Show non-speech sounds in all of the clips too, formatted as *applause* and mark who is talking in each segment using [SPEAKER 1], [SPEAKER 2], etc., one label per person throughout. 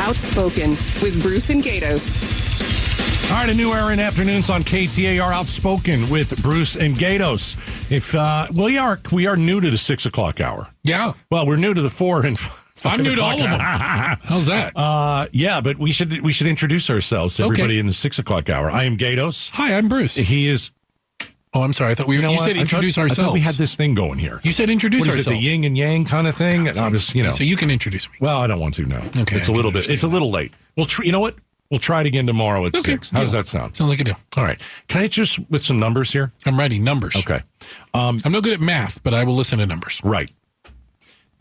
[SPEAKER 1] Outspoken with Bruce and Gatos.
[SPEAKER 2] All right, a new era in afternoons on KTAR Outspoken with Bruce and Gatos. If uh, we are we are new to the six o'clock hour.
[SPEAKER 3] Yeah.
[SPEAKER 2] Well, we're new to the four and. *laughs*
[SPEAKER 3] I'm new to all of them. How's that?
[SPEAKER 2] Uh, yeah, but we should we should introduce ourselves, to
[SPEAKER 3] Okay.
[SPEAKER 2] everybody in the six o'clock hour. I am Gatos.
[SPEAKER 3] Hi, I'm Bruce.
[SPEAKER 2] He is.
[SPEAKER 3] Oh, I'm sorry. I thought we. You,
[SPEAKER 2] know what?
[SPEAKER 3] said
[SPEAKER 2] I thought-
[SPEAKER 3] introduce
[SPEAKER 2] I
[SPEAKER 3] ourselves.
[SPEAKER 2] thought we had this thing going here.
[SPEAKER 3] You said introduce
[SPEAKER 2] What is
[SPEAKER 3] ourselves.
[SPEAKER 2] it? The yin and yang kind of thing. And I'm just you know.
[SPEAKER 3] So you can introduce me.
[SPEAKER 2] Well, I don't want to now.
[SPEAKER 3] Okay,
[SPEAKER 2] it's
[SPEAKER 3] I
[SPEAKER 2] a little
[SPEAKER 3] can
[SPEAKER 2] bit. It's a little late. We'll tr- you know what? We'll try it again tomorrow at
[SPEAKER 3] Okay,
[SPEAKER 2] six. How does
[SPEAKER 3] deal.
[SPEAKER 2] that sound?
[SPEAKER 3] Sounds like a deal.
[SPEAKER 2] All right. Can I just with some numbers here?
[SPEAKER 3] I'm writing numbers.
[SPEAKER 2] Okay.
[SPEAKER 3] I'm no good at math, but I will listen to numbers.
[SPEAKER 2] Right.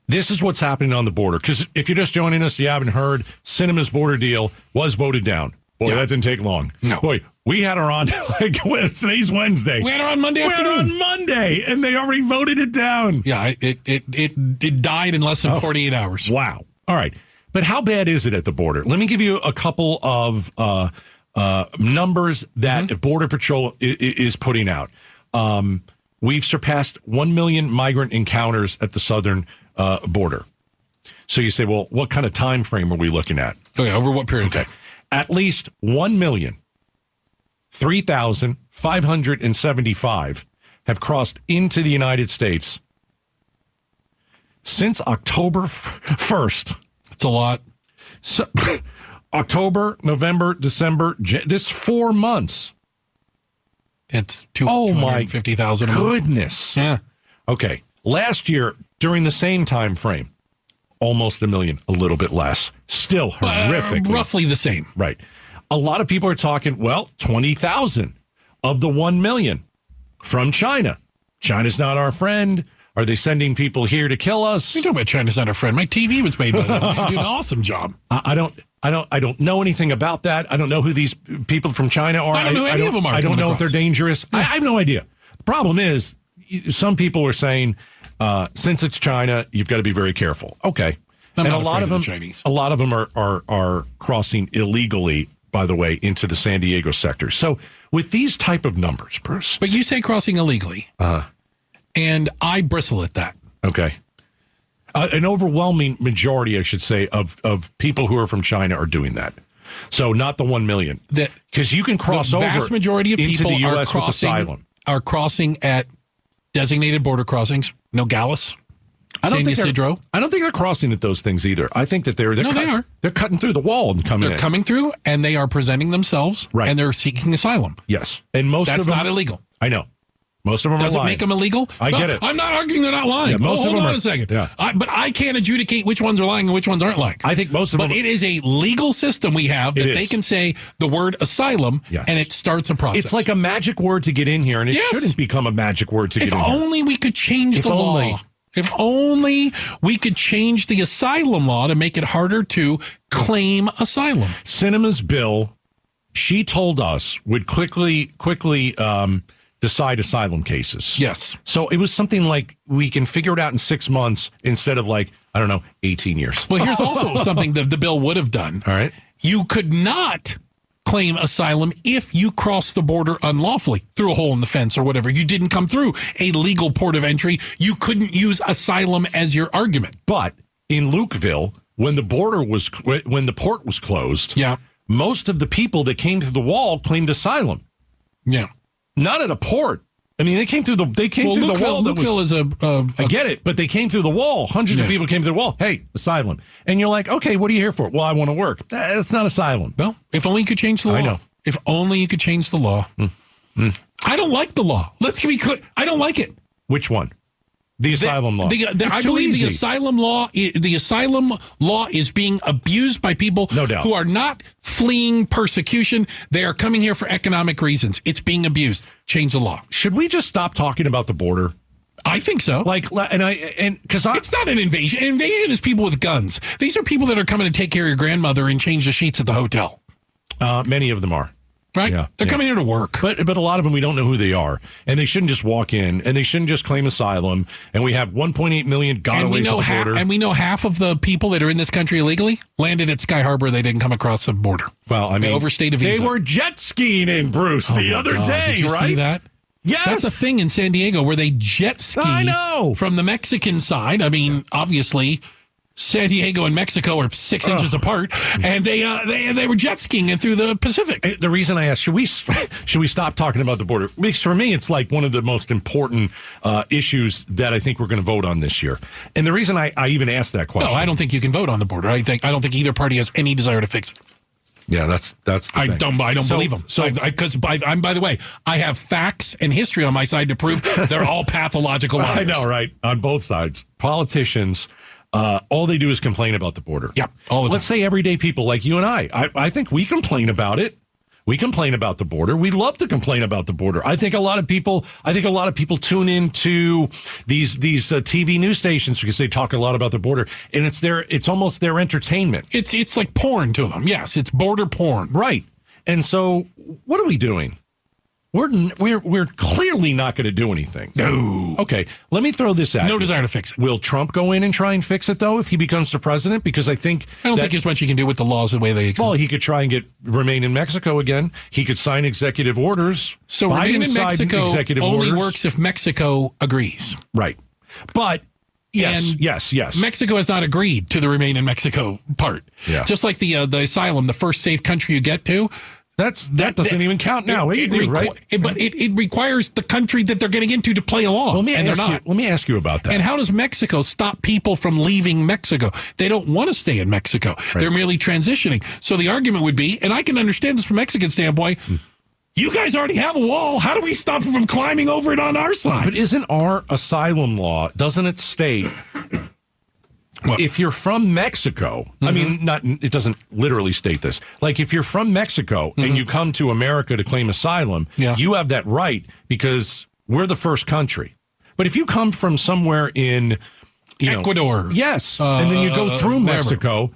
[SPEAKER 2] This is what's happening on the border. Because if you're just joining us, you haven't heard, Cinema's border deal was voted down. Boy,
[SPEAKER 3] Yeah.
[SPEAKER 2] that didn't take long.
[SPEAKER 3] No.
[SPEAKER 2] Boy, we had her on, *laughs* like, today's Wednesday.
[SPEAKER 3] We had her on Monday
[SPEAKER 2] We had her
[SPEAKER 3] afternoon.
[SPEAKER 2] on Monday, and they already voted it down.
[SPEAKER 3] Yeah, I- it it it it died in less than
[SPEAKER 2] Oh.
[SPEAKER 3] 48 hours.
[SPEAKER 2] Wow. All right. But how bad is it at the border? Let me give you a couple of uh, uh, numbers that Border Patrol i- i- is putting out. Um, we've surpassed 1 million migrant encounters at the southern uh, border. So you say, well, what kind of time frame are we looking at?
[SPEAKER 3] Okay, over what period?
[SPEAKER 2] Okay. At least 1 million 3,575 have crossed into the United States since October f- 1st.
[SPEAKER 3] It's a lot.
[SPEAKER 2] So, *coughs* October, November, December, Jan- this four months.
[SPEAKER 3] It's two.
[SPEAKER 2] Oh, my
[SPEAKER 3] 250,000 a month.
[SPEAKER 2] Goodness.
[SPEAKER 3] Yeah.
[SPEAKER 2] Okay. Last year, during the same time frame, almost a million, a little bit less. Still horrific.
[SPEAKER 3] Uh, roughly the same.
[SPEAKER 2] Right. A lot of people are talking, well, 20,000 of the 1 million from China. China's not our friend. Are they sending people here to kill us?
[SPEAKER 3] You talk about China's not a friend. My TV was made by them. They
[SPEAKER 2] *laughs*
[SPEAKER 3] do an awesome job.
[SPEAKER 2] I, I don't. I don't. I don't know anything about that. I don't know who these people from China are.
[SPEAKER 3] I don't know who any of them are
[SPEAKER 2] I don't
[SPEAKER 3] coming
[SPEAKER 2] know if they're
[SPEAKER 3] across.
[SPEAKER 2] dangerous. I, I have no idea. The problem is, y- some people are saying, uh, since it's China, you've got to be very careful. Okay,
[SPEAKER 3] I'm
[SPEAKER 2] and
[SPEAKER 3] not
[SPEAKER 2] a lot
[SPEAKER 3] afraid
[SPEAKER 2] of
[SPEAKER 3] of
[SPEAKER 2] them,
[SPEAKER 3] the Chinese.
[SPEAKER 2] a lot of them are are are crossing illegally. By the way, into the San Diego sector. So with these type of numbers, Bruce.
[SPEAKER 3] But you say crossing illegally. Uh
[SPEAKER 2] Uh-huh.
[SPEAKER 3] And I bristle at that.
[SPEAKER 2] Okay. Uh, an overwhelming majority, I should say, of of people who are from China are doing that. So not the one million.
[SPEAKER 3] That
[SPEAKER 2] because you can cross
[SPEAKER 3] the
[SPEAKER 2] over
[SPEAKER 3] vast majority of
[SPEAKER 2] into
[SPEAKER 3] people
[SPEAKER 2] the U.S.
[SPEAKER 3] are
[SPEAKER 2] with
[SPEAKER 3] crossing
[SPEAKER 2] asylum.
[SPEAKER 3] are crossing at designated border crossings. Nogales,
[SPEAKER 2] I
[SPEAKER 3] San
[SPEAKER 2] think they're-
[SPEAKER 3] Ysidro.
[SPEAKER 2] I don't think they're crossing at those things either. I think that they're, they're
[SPEAKER 3] No, they are.
[SPEAKER 2] They're cutting through the wall and coming
[SPEAKER 3] They're
[SPEAKER 2] in.
[SPEAKER 3] coming through and they are presenting themselves
[SPEAKER 2] Right.
[SPEAKER 3] and they're seeking asylum.
[SPEAKER 2] yes, and most
[SPEAKER 3] That's
[SPEAKER 2] of them.
[SPEAKER 3] not illegal.
[SPEAKER 2] I know. Most of them
[SPEAKER 3] Does
[SPEAKER 2] are
[SPEAKER 3] it
[SPEAKER 2] lying.
[SPEAKER 3] make them illegal?
[SPEAKER 2] I
[SPEAKER 3] No,
[SPEAKER 2] get it.
[SPEAKER 3] I'm not arguing they're not lying.
[SPEAKER 2] Yeah, most of
[SPEAKER 3] oh, hold
[SPEAKER 2] them
[SPEAKER 3] on
[SPEAKER 2] are-
[SPEAKER 3] a second.
[SPEAKER 2] yeah.
[SPEAKER 3] I, but I can't adjudicate which ones are lying and which ones aren't lying.
[SPEAKER 2] I think most of
[SPEAKER 3] but
[SPEAKER 2] them.
[SPEAKER 3] it is a legal system we have
[SPEAKER 2] It
[SPEAKER 3] that
[SPEAKER 2] is.
[SPEAKER 3] they can say the word asylum
[SPEAKER 2] Yes.
[SPEAKER 3] and it starts a process.
[SPEAKER 2] it's like a magic word to get in here, and it
[SPEAKER 3] Yes.
[SPEAKER 2] shouldn't become a magic word to
[SPEAKER 3] If
[SPEAKER 2] get in here.
[SPEAKER 3] only we could change
[SPEAKER 2] If
[SPEAKER 3] the
[SPEAKER 2] only.
[SPEAKER 3] law. If only we could change the asylum law to make it harder to claim asylum.
[SPEAKER 2] Cinema's bill, she told us, would quickly quickly um, decide asylum cases.
[SPEAKER 3] Yes.
[SPEAKER 2] So it was something like we can figure it out in six months instead of like I don't know, eighteen years.
[SPEAKER 3] Well, here's also
[SPEAKER 2] *laughs*
[SPEAKER 3] something that the bill would have done.
[SPEAKER 2] All right.
[SPEAKER 3] You could not claim asylum if you crossed the border unlawfully through a hole in the fence or whatever. You didn't come through a legal port of entry. You couldn't use asylum as your argument.
[SPEAKER 2] But in Lukeville, when the border was when the port was closed,
[SPEAKER 3] Yeah.
[SPEAKER 2] most of the people that came through the wall claimed asylum,
[SPEAKER 3] Yeah.
[SPEAKER 2] not at a port. I mean, they came through the they came
[SPEAKER 3] Well,
[SPEAKER 2] through the wall.
[SPEAKER 3] Lukeville,
[SPEAKER 2] that was-
[SPEAKER 3] Lukeville is a, a,
[SPEAKER 2] I get it, but they came through the wall. Hundreds of
[SPEAKER 3] Yeah.
[SPEAKER 2] people came through the wall. Hey, asylum, and you're like, okay, what are you here for? Well, I want to work. That's not asylum.
[SPEAKER 3] Well, if only you could change the law.
[SPEAKER 2] I know. Mm,
[SPEAKER 3] If only you could change the law. I don't like the law. Let's be clear. I don't like it.
[SPEAKER 2] Which one? The asylum law.
[SPEAKER 3] The- the-
[SPEAKER 2] It's
[SPEAKER 3] I
[SPEAKER 2] too
[SPEAKER 3] believe
[SPEAKER 2] easy.
[SPEAKER 3] the asylum law. i- The asylum law is being abused by people
[SPEAKER 2] No doubt.
[SPEAKER 3] who are not fleeing persecution. They are coming here for economic reasons. It's being abused. Change the law.
[SPEAKER 2] Should we just stop talking about the border?
[SPEAKER 3] I think so.
[SPEAKER 2] Like, la- and I and because I
[SPEAKER 3] it's not an invasion. An invasion is people with guns. These are people that are coming to take care of your grandmother and change the sheets at the hotel.
[SPEAKER 2] uh, many of them are.
[SPEAKER 3] Right?
[SPEAKER 2] Yeah,
[SPEAKER 3] They're
[SPEAKER 2] yeah.
[SPEAKER 3] coming here to work.
[SPEAKER 2] But but a lot of them we don't know who they are, and they shouldn't just walk in, and they shouldn't just claim asylum. And we have 1.8 million
[SPEAKER 3] and we
[SPEAKER 2] gotaways
[SPEAKER 3] know
[SPEAKER 2] at the
[SPEAKER 3] half,
[SPEAKER 2] border.
[SPEAKER 3] and we know half of the people that are in this country illegally landed at Sky Harbor. They didn't come across the border.
[SPEAKER 2] well, I
[SPEAKER 3] they
[SPEAKER 2] mean,
[SPEAKER 3] overstayed a visa.
[SPEAKER 2] They were jet skiing in Bruce the
[SPEAKER 3] Oh,
[SPEAKER 2] other
[SPEAKER 3] God,
[SPEAKER 2] day,
[SPEAKER 3] did you
[SPEAKER 2] right?
[SPEAKER 3] See that?
[SPEAKER 2] Yes,
[SPEAKER 3] That's a thing in San Diego where they jet ski.
[SPEAKER 2] I know.
[SPEAKER 3] from the Mexican side. I mean, obviously, San Diego and Mexico are six inches apart, and they uh, they they were jet skiing and through the Pacific.
[SPEAKER 2] Uh, The reason I asked, should we *laughs* should we stop talking about the border? Because for me, it's like one of the most important uh, issues that I think we're going to vote on this year. And the reason I, I even asked that
[SPEAKER 3] No,
[SPEAKER 2] question,
[SPEAKER 3] I don't think you can vote on the border. I think I don't think either party has any desire to fix it.
[SPEAKER 2] yeah, that's that's. The
[SPEAKER 3] I
[SPEAKER 2] thing.
[SPEAKER 3] don't. I don't
[SPEAKER 2] So-
[SPEAKER 3] believe them.
[SPEAKER 2] So
[SPEAKER 3] So, because I, I, am by the way, I have facts and history on my side to prove they're
[SPEAKER 2] *laughs*
[SPEAKER 3] all pathological. Liars.
[SPEAKER 2] I know, right? On both sides, politicians, uh, all they do is complain about the border.
[SPEAKER 3] Yep, all the
[SPEAKER 2] Let's say everyday people like you and I. I. I think we complain about it. We complain about the border. We love to complain about the border. I think a lot of people. I think a lot of people tune into these these uh, TV news stations because they talk a lot about the border, and it's their it's almost their entertainment,
[SPEAKER 3] It's it's like porn to them. Yes, it's border porn.
[SPEAKER 2] right? And so, what are we doing? We're n- we're we're clearly not going to do anything.
[SPEAKER 3] No,
[SPEAKER 2] Okay, let me throw this out.
[SPEAKER 3] no desire to fix it.
[SPEAKER 2] Will Trump go in and try and fix it though if he becomes the president? Because I think
[SPEAKER 3] I don't
[SPEAKER 2] that-
[SPEAKER 3] think there's much you can do with the laws the way they exist.
[SPEAKER 2] well, he could try and get remain in Mexico again. He could sign executive orders.
[SPEAKER 3] so remain in
[SPEAKER 2] signed
[SPEAKER 3] Mexico only works if Mexico agrees.
[SPEAKER 2] right, but yes,
[SPEAKER 3] And
[SPEAKER 2] yes, yes.
[SPEAKER 3] Mexico has not agreed to the remain in Mexico part.
[SPEAKER 2] Yeah.
[SPEAKER 3] Just like the uh, the asylum, the first safe country you get to.
[SPEAKER 2] That's that doesn't even count now.
[SPEAKER 3] it,
[SPEAKER 2] It, do,
[SPEAKER 3] requi-
[SPEAKER 2] right?
[SPEAKER 3] it- but it, it requires the country that they're getting into to play along,
[SPEAKER 2] Let me
[SPEAKER 3] and they're
[SPEAKER 2] ask
[SPEAKER 3] not.
[SPEAKER 2] you. Let me ask you about that.
[SPEAKER 3] And how does Mexico stop people from leaving Mexico? They don't want to stay in Mexico. They're merely transitioning. So the argument would be, and I can understand this from Mexican standpoint,
[SPEAKER 2] Hmm.
[SPEAKER 3] you guys already have a wall. How do we stop them from climbing over it on our
[SPEAKER 2] But
[SPEAKER 3] side?
[SPEAKER 2] isn't our asylum law, doesn't it state
[SPEAKER 3] What? Mm-hmm.
[SPEAKER 2] if you're from Mexico, I mean, not it doesn't literally state this. Like if you're from Mexico and you come to America to claim asylum,
[SPEAKER 3] Mm-hmm. Yeah.
[SPEAKER 2] you have that right because we're the first country. But if you come from somewhere in you know,
[SPEAKER 3] Ecuador.
[SPEAKER 2] yes, and then you go
[SPEAKER 3] Uh,
[SPEAKER 2] through
[SPEAKER 3] wherever.
[SPEAKER 2] Mexico,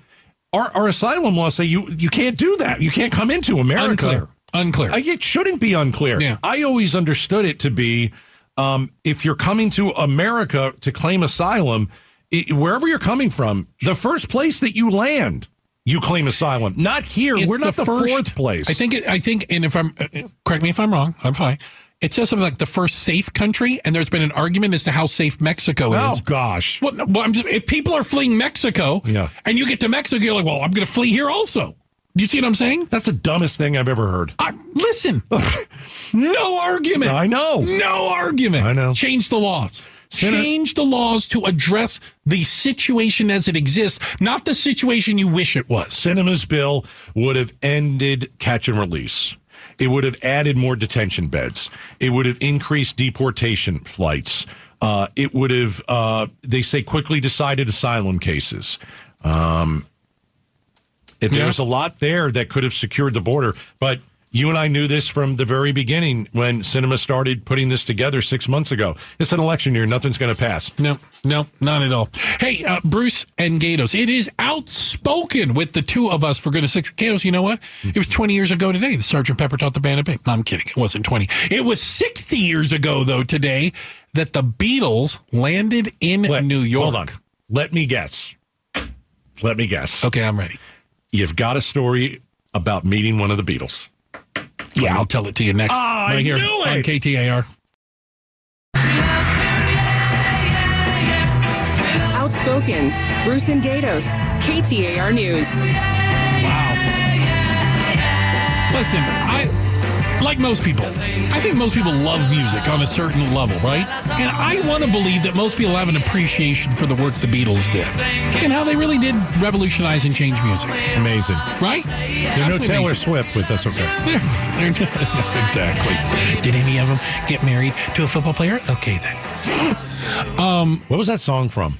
[SPEAKER 2] our, our asylum laws say you you can't do that. You can't come into America.
[SPEAKER 3] Unclear. Unclear.
[SPEAKER 2] I, it shouldn't be unclear.
[SPEAKER 3] Yeah.
[SPEAKER 2] I always understood it to be um, if you're coming to America to claim asylum, i wherever you're coming from, the first place that you land, you claim asylum. Not here.
[SPEAKER 3] It's
[SPEAKER 2] We're not the,
[SPEAKER 3] first-
[SPEAKER 2] fourth place.
[SPEAKER 3] I think. It, I think, and if I'm uh, uh, correct me if I'm wrong, I'm fine. It says something like the first safe country, and there's been an argument as to how safe Mexico
[SPEAKER 2] Oh,
[SPEAKER 3] is.
[SPEAKER 2] gosh.
[SPEAKER 3] Well, no, well I'm just, if people are fleeing Mexico,
[SPEAKER 2] Yeah.
[SPEAKER 3] and you get to Mexico, you're like, well, I'm going to flee here also. Do you see what I'm saying?
[SPEAKER 2] That's the dumbest thing I've ever heard.
[SPEAKER 3] I, listen, *laughs* no argument.
[SPEAKER 2] I know.
[SPEAKER 3] No argument.
[SPEAKER 2] I know.
[SPEAKER 3] Change the laws.
[SPEAKER 2] Senate-
[SPEAKER 3] Change the laws to address the situation as it exists, not the situation you wish it was.
[SPEAKER 2] Cinema's bill would have ended catch and release. It would have added more detention beds. It would have increased deportation flights. Uh, it would have, uh, they say, quickly decided asylum cases. Um, If there
[SPEAKER 3] Yeah.
[SPEAKER 2] was a lot there that could have secured the border, but you and I knew this from the very beginning when cinema started putting this together six months ago. It's an election year; nothing's going to pass.
[SPEAKER 3] No, no, not at all. Hey, uh, Bruce and Gatos, it is outspoken with the two of us, for goodness sakes. Gatos, you know what? It was 20 years ago today. The Sergeant Pepper taught the band of Babe. No, I'm kidding. It wasn't 20. It was 60 years ago, though, today, that the Beatles landed in
[SPEAKER 2] Let-
[SPEAKER 3] New York.
[SPEAKER 2] Hold on. Let me guess. Let me guess.
[SPEAKER 3] Okay, I'm ready.
[SPEAKER 2] You've got a story about meeting one of the Beatles.
[SPEAKER 3] Yeah, I'll tell it to you next.
[SPEAKER 2] Ah, I
[SPEAKER 3] here
[SPEAKER 2] knew
[SPEAKER 3] on
[SPEAKER 2] it!
[SPEAKER 3] KTAR.
[SPEAKER 1] Outspoken. Bruce and Gatos. KTAR News.
[SPEAKER 3] Listen, I like most people. I think most people love music on a certain level, right? And I want to believe that most people have an appreciation for the work the Beatles did and how they really did revolutionize and change music,
[SPEAKER 2] Amazing.
[SPEAKER 3] right?
[SPEAKER 2] There are no
[SPEAKER 3] Absolutely
[SPEAKER 2] Taylor
[SPEAKER 3] amazing.
[SPEAKER 2] Swift, but that's okay.
[SPEAKER 3] They're- *laughs* they're- *laughs* exactly. Did any of them get married to a football player? Okay, then.
[SPEAKER 2] What was that song from?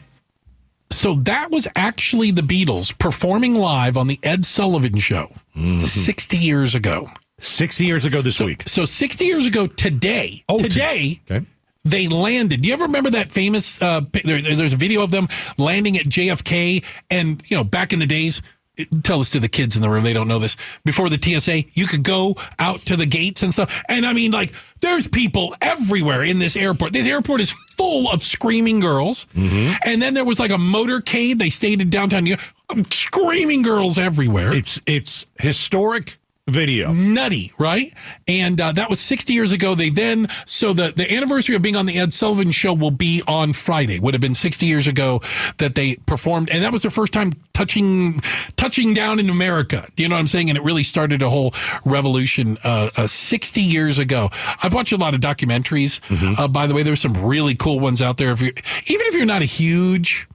[SPEAKER 3] So that was actually the Beatles performing live on the Ed Sullivan Show
[SPEAKER 2] Mm-hmm.
[SPEAKER 3] 60 years ago.
[SPEAKER 2] Six years ago this week.
[SPEAKER 3] So 60 years ago today,
[SPEAKER 2] Oh,
[SPEAKER 3] today,
[SPEAKER 2] Okay.
[SPEAKER 3] they landed. Do you ever remember that famous? Uh, pi- there, there's a video of them landing at JFK, and you know, back in the days. it- Tell this to the kids in the room; they don't know this. Before the TSA, you could go out to the gates and stuff, and I mean, like, there's people everywhere in this airport. This airport is full of screaming girls, and then there was like a motorcade. They stayed in downtown New York, screaming girls everywhere.
[SPEAKER 2] It's it's historic video.
[SPEAKER 3] Mm. nutty, right? And uh, that was 60 years ago. They then, so the, the anniversary of being on the Ed Sullivan show will be on Friday. Would have been 60 years ago that they performed, and that was their first time touching touching down in America. Do you know what I'm saying? And it really started a whole revolution uh, uh, 60 years ago. I've watched a lot of documentaries. Uh, by the way, there's some really cool ones out there. If you, even if you're not a huge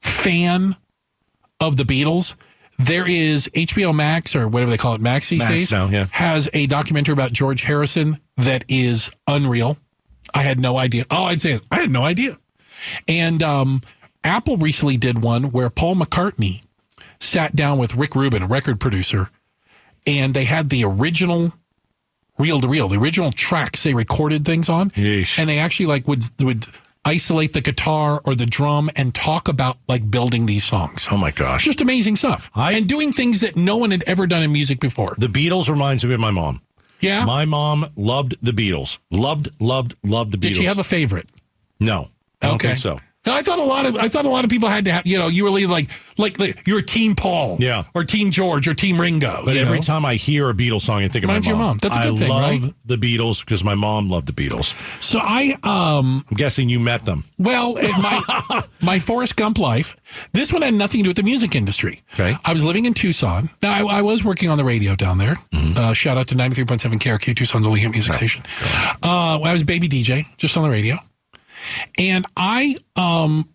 [SPEAKER 3] fan of the Beatles. There is HBO Max or whatever they call it, Max these
[SPEAKER 2] Max
[SPEAKER 3] days,
[SPEAKER 2] now, yeah.
[SPEAKER 3] has a documentary about George Harrison that is unreal. I had no idea. All I'd say is I had no idea. And um, Apple recently did one where Paul McCartney sat down with Rick Rubin, a record producer, and they had the original reel to reel, the original tracks they recorded things on,
[SPEAKER 2] Yeesh.
[SPEAKER 3] and they actually like would would isolate the guitar or the drum and talk about like building these songs.
[SPEAKER 2] Oh my gosh.
[SPEAKER 3] Just amazing stuff,
[SPEAKER 2] I-
[SPEAKER 3] and doing things that no one had ever done in music before.
[SPEAKER 2] The Beatles reminds me of my mom.
[SPEAKER 3] Yeah,
[SPEAKER 2] My mom loved the Beatles. Loved, loved, loved the Beatles.
[SPEAKER 3] did she have a favorite?
[SPEAKER 2] No. I don't think so.
[SPEAKER 3] No, I thought a lot of I thought a lot of people had to have you know you were really like like, like you're Team Paul
[SPEAKER 2] Yeah.
[SPEAKER 3] or Team George or Team Ringo
[SPEAKER 2] But
[SPEAKER 3] you
[SPEAKER 2] every
[SPEAKER 3] know?
[SPEAKER 2] time I hear a Beatles song, I think of
[SPEAKER 3] Reminds
[SPEAKER 2] my
[SPEAKER 3] you
[SPEAKER 2] mom.
[SPEAKER 3] of mom. That's a good
[SPEAKER 2] I
[SPEAKER 3] thing,
[SPEAKER 2] love
[SPEAKER 3] right?
[SPEAKER 2] the Beatles because my mom loved the Beatles.
[SPEAKER 3] so I um
[SPEAKER 2] I'm guessing you met them.
[SPEAKER 3] Well, in my my Forrest Gump life, this one had nothing to do with the music industry.
[SPEAKER 2] Okay.
[SPEAKER 3] I was living in Tucson. Now I, I was working on the radio down there. Uh, shout out to ninety three point seven KRQ Tucson's only hit music station. Uh, I was a baby DJ, just on the radio, and I um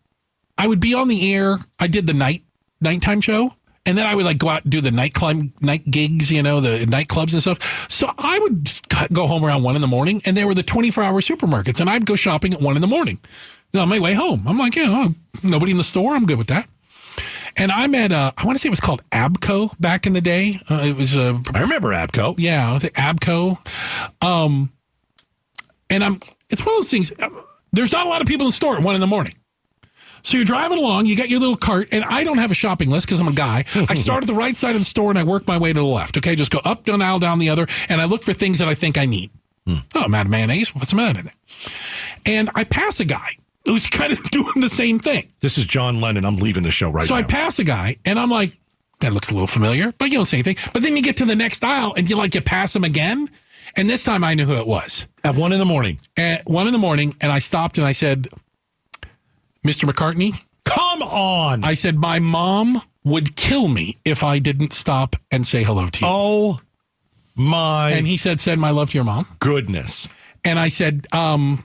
[SPEAKER 3] I would be on the air. I did the night nighttime show. And then I would like go out and do the night climb, night gigs, you know, the nightclubs and stuff. So I would c- go home around one in the morning, and there were the twenty-four hour supermarkets, and I'd go shopping at one in the morning And on my way home. I'm like, yeah, oh, nobody in the store. I'm good with that. And I'm at, uh, I want to say it was called Abco back in the day. Uh, it was a
[SPEAKER 2] I remember Abco.
[SPEAKER 3] yeah, the Abco. Um, and I'm, it's one of those things, uh, there's not a lot of people in the store at one in the morning. So you're driving along, you got your little cart, and I don't have a shopping list because I'm a guy. I start at the right side of the store and I work my way to the left. Okay, just go up, down, aisle, down the other, and I look for things that I think I need. Oh, I'm out of mayonnaise. What's the matter? And I pass a guy who's *laughs* kind of doing the same thing.
[SPEAKER 2] This is John Lennon. I'm leaving the show right
[SPEAKER 3] So
[SPEAKER 2] now.
[SPEAKER 3] I pass a guy and I'm like, that looks a little familiar, but you don't say anything. But then you get to the next aisle and you like you pass him again. And this time I knew who it was.
[SPEAKER 2] At one in the morning.
[SPEAKER 3] At one in the morning, and I stopped and I said, Mr. McCartney,
[SPEAKER 2] Come on.
[SPEAKER 3] I said, my mom would kill me if I didn't stop and say hello to you.
[SPEAKER 2] oh my
[SPEAKER 3] And he said, send my love to your mom.
[SPEAKER 2] goodness.
[SPEAKER 3] and I said, um,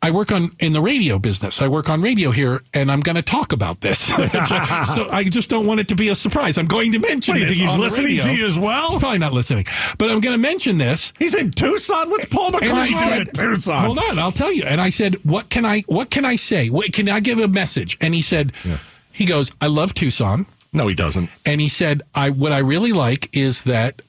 [SPEAKER 3] I work on in the radio business. I work on radio here, and I'm going to talk about this. *laughs* so, so I just don't want it to be a surprise. I'm going to mention
[SPEAKER 2] What do you
[SPEAKER 3] this
[SPEAKER 2] think he's
[SPEAKER 3] on the
[SPEAKER 2] listening
[SPEAKER 3] radio.
[SPEAKER 2] to you as well?
[SPEAKER 3] He's probably not listening, but I'm going to mention this.
[SPEAKER 2] He's in Tucson. What's Paul
[SPEAKER 3] And
[SPEAKER 2] McCartney
[SPEAKER 3] I
[SPEAKER 2] doing
[SPEAKER 3] said,
[SPEAKER 2] in Tucson?
[SPEAKER 3] "Hold on, I'll tell you." And I said, "What can I? What can I say? What can I give a message?" And he said, "He goes, I love Tucson."
[SPEAKER 2] No, he doesn't.
[SPEAKER 3] and he said, "I what I really like is that,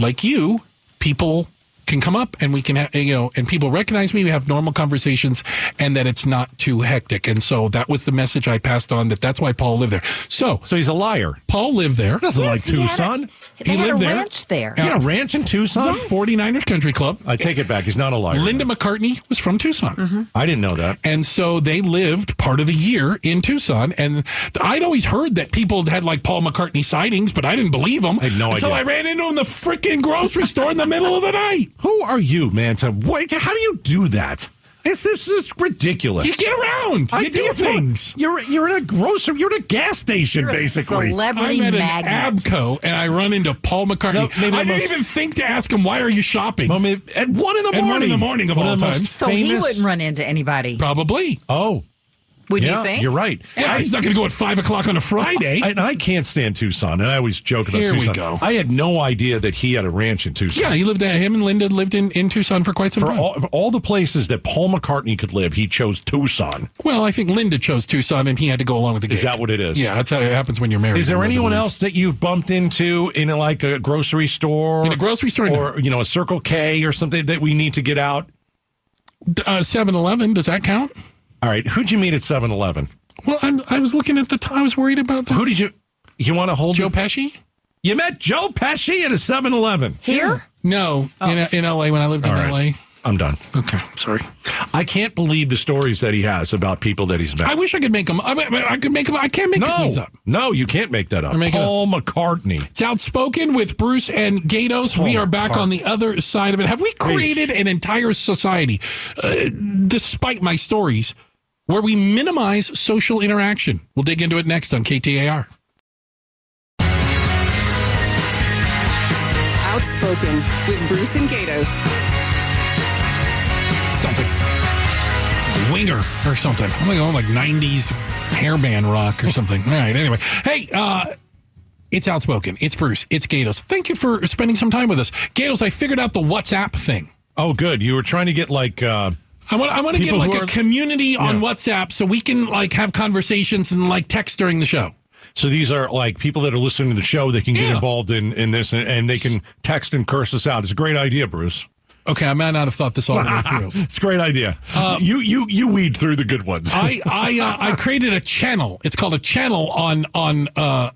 [SPEAKER 3] like you, people can come up and we can have you know, and people recognize me. We have normal conversations, and that it's not too hectic." And so that was the message I passed on. That that's why Paul lived there. So
[SPEAKER 2] So he's a liar.
[SPEAKER 3] Paul lived there.
[SPEAKER 2] Doesn't like
[SPEAKER 4] Yes, he had a-
[SPEAKER 2] Tucson.
[SPEAKER 4] They
[SPEAKER 3] He
[SPEAKER 4] had a
[SPEAKER 3] lived there.
[SPEAKER 4] ranch there.
[SPEAKER 2] You got a ranch in Tucson?
[SPEAKER 3] 49ers Country Club.
[SPEAKER 2] I take it back. He's not a liar.
[SPEAKER 3] Linda McCartney was from Tucson.
[SPEAKER 2] I didn't know that.
[SPEAKER 3] And so they lived part of the year in Tucson. And I'd always heard that people had like Paul McCartney sightings, but I didn't believe them
[SPEAKER 2] I had no
[SPEAKER 3] until
[SPEAKER 2] idea.
[SPEAKER 3] I ran into him in the freaking grocery store in the middle of
[SPEAKER 2] *laughs*
[SPEAKER 3] the night.
[SPEAKER 2] Who are you, man? To wait, how do you do that? This, this is ridiculous.
[SPEAKER 3] You get around.
[SPEAKER 2] I
[SPEAKER 3] you do things.
[SPEAKER 2] You're you're in a grocery. You're in a gas station,
[SPEAKER 4] You're a
[SPEAKER 2] basically.
[SPEAKER 4] celebrity
[SPEAKER 3] I'm at an
[SPEAKER 4] magnet.
[SPEAKER 3] Abco and I run into Paul McCartney.
[SPEAKER 2] No, maybe
[SPEAKER 3] I
[SPEAKER 2] the
[SPEAKER 3] didn't
[SPEAKER 2] most-
[SPEAKER 3] even think to ask him why are you shopping.
[SPEAKER 2] I mean, at one in the
[SPEAKER 3] At
[SPEAKER 2] morning.
[SPEAKER 3] one in the morning of
[SPEAKER 2] One
[SPEAKER 3] all
[SPEAKER 2] the most
[SPEAKER 3] times.
[SPEAKER 4] so he
[SPEAKER 2] famous-
[SPEAKER 4] wouldn't run into anybody.
[SPEAKER 3] Probably.
[SPEAKER 2] Oh,
[SPEAKER 1] Would
[SPEAKER 2] yeah,
[SPEAKER 1] you think?
[SPEAKER 2] you're right.
[SPEAKER 3] Yeah, he's not going to go at five o'clock on a Friday.
[SPEAKER 2] I, and I can't stand Tucson, and I always joke about
[SPEAKER 3] Here we
[SPEAKER 2] Tucson.
[SPEAKER 3] go.
[SPEAKER 2] I had no idea that he had a ranch in Tucson.
[SPEAKER 3] yeah, he lived. there. him and Linda lived in, in Tucson for quite some
[SPEAKER 2] For
[SPEAKER 3] time.
[SPEAKER 2] all, for all the places that Paul McCartney could live, he chose Tucson.
[SPEAKER 3] well, I think Linda chose Tucson and he had to go along with the gig.
[SPEAKER 2] Is that what it is?
[SPEAKER 3] Yeah, that's how it happens when you're married.
[SPEAKER 2] Is there
[SPEAKER 3] I'm led to
[SPEAKER 2] anyone
[SPEAKER 3] believe.
[SPEAKER 2] else that you've bumped into in like a grocery store,
[SPEAKER 3] In a grocery store?
[SPEAKER 2] or you know a Circle K or something that we need to get out?
[SPEAKER 3] uh, 7-Eleven. Does that count?
[SPEAKER 2] All right, who'd you meet at 7-Eleven?
[SPEAKER 3] Well, I'm, I was looking at the. T- I was worried about the
[SPEAKER 2] Who did you? You want to hold
[SPEAKER 3] Joe Pesci.
[SPEAKER 2] You met Joe Pesci at a 7-Eleven.
[SPEAKER 4] Here?
[SPEAKER 3] No, in, in L.A. when I lived in
[SPEAKER 2] right.
[SPEAKER 3] L.A.
[SPEAKER 2] I'm done.
[SPEAKER 3] Okay, sorry.
[SPEAKER 2] I can't believe the stories that he has about people that he's met.
[SPEAKER 3] I wish I could make them. I, I I could make them. I can't make these
[SPEAKER 2] no,
[SPEAKER 3] up.
[SPEAKER 2] no, you can't make that up.
[SPEAKER 3] making it
[SPEAKER 2] Paul McCartney.
[SPEAKER 3] It's outspoken with Bruce and Gatos. we
[SPEAKER 2] Oh,
[SPEAKER 3] are back on the other side of it. Have we created an entire society, uh, despite my stories, where we minimize social interaction? We'll dig into it next on KTAR.
[SPEAKER 1] Outspoken with Bruce and Gatos.
[SPEAKER 3] Sounds like Winger or something. I'm like, oh, like 90s hairband rock or
[SPEAKER 2] *laughs*
[SPEAKER 3] something. All right, anyway. Hey, uh, it's Outspoken. It's Bruce. It's Gatos. Thank you for spending some time with us. Gatos, I figured out the WhatsApp thing.
[SPEAKER 2] Oh, good. You were trying to get like. Uh,
[SPEAKER 3] I want I want to get
[SPEAKER 2] People
[SPEAKER 3] like
[SPEAKER 2] who
[SPEAKER 3] a
[SPEAKER 2] are-
[SPEAKER 3] community on WhatsApp so we can like have conversations and like text during the show.
[SPEAKER 2] So these are like people that are listening to the show. They can
[SPEAKER 3] Yeah.
[SPEAKER 2] get involved in in this, and, and they can text and curse us out. It's a great idea, Bruce.
[SPEAKER 3] Okay, I might not have thought this all the
[SPEAKER 2] *laughs*
[SPEAKER 3] way through.
[SPEAKER 2] It's a great idea. you you you weed through the good ones.
[SPEAKER 3] Uh, I I uh, I created a channel. It's called a channel on on uh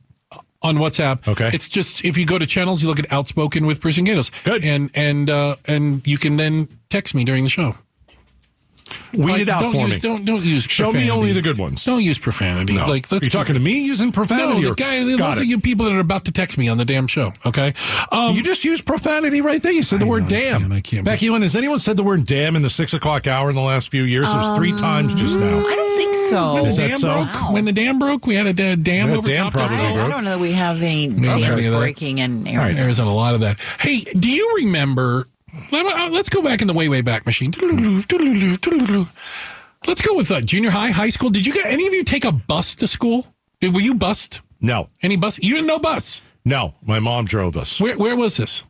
[SPEAKER 3] on WhatsApp.
[SPEAKER 2] Okay.
[SPEAKER 3] It's just if you go to channels, you look at Outspoken with Bruce and Gatos.
[SPEAKER 2] Good.
[SPEAKER 3] And and uh and you can then text me during the show.
[SPEAKER 2] *laughs* weed
[SPEAKER 3] Like,
[SPEAKER 2] it out
[SPEAKER 3] don't
[SPEAKER 2] for
[SPEAKER 3] use,
[SPEAKER 2] me.
[SPEAKER 3] Don't don't use
[SPEAKER 2] Show me only
[SPEAKER 3] profanity.
[SPEAKER 2] the good ones.
[SPEAKER 3] Don't use profanity.
[SPEAKER 2] No.
[SPEAKER 3] Like let's
[SPEAKER 2] You're talking to me using
[SPEAKER 3] No,
[SPEAKER 2] profanity.
[SPEAKER 3] the
[SPEAKER 2] or-
[SPEAKER 3] guy.
[SPEAKER 2] Got
[SPEAKER 3] Those are
[SPEAKER 2] it.
[SPEAKER 3] you people that are about to text me on the damn show. Okay. Um,
[SPEAKER 2] You just used profanity right there. You said the word
[SPEAKER 3] know, I
[SPEAKER 2] damn.
[SPEAKER 3] can't- I can't-
[SPEAKER 2] Becky Lynn, has anyone said the word damn in the six o'clock hour in the last few years? it was three
[SPEAKER 3] Um.
[SPEAKER 2] times just now.
[SPEAKER 4] I don't think so.
[SPEAKER 2] Is that
[SPEAKER 3] dam
[SPEAKER 2] so?
[SPEAKER 3] broke. When the dam broke, we had a da- dam
[SPEAKER 2] Yeah,
[SPEAKER 3] over
[SPEAKER 2] dam
[SPEAKER 3] top
[SPEAKER 4] I,
[SPEAKER 2] problem.
[SPEAKER 3] of
[SPEAKER 4] don't- I don't know that we have any dams
[SPEAKER 3] Okay.
[SPEAKER 4] breaking in
[SPEAKER 3] All right.
[SPEAKER 4] Arizona.
[SPEAKER 3] There's a lot of that. Hey, do you remember? let- uh, Let's go back in the way, way back machine. Let's go with uh, junior high, high school. Did you get any of you take a bus to school? Did, were you bused?
[SPEAKER 2] No,
[SPEAKER 3] Any bus? You didn't know bus.
[SPEAKER 2] no. My mom drove us.
[SPEAKER 3] Where where was this?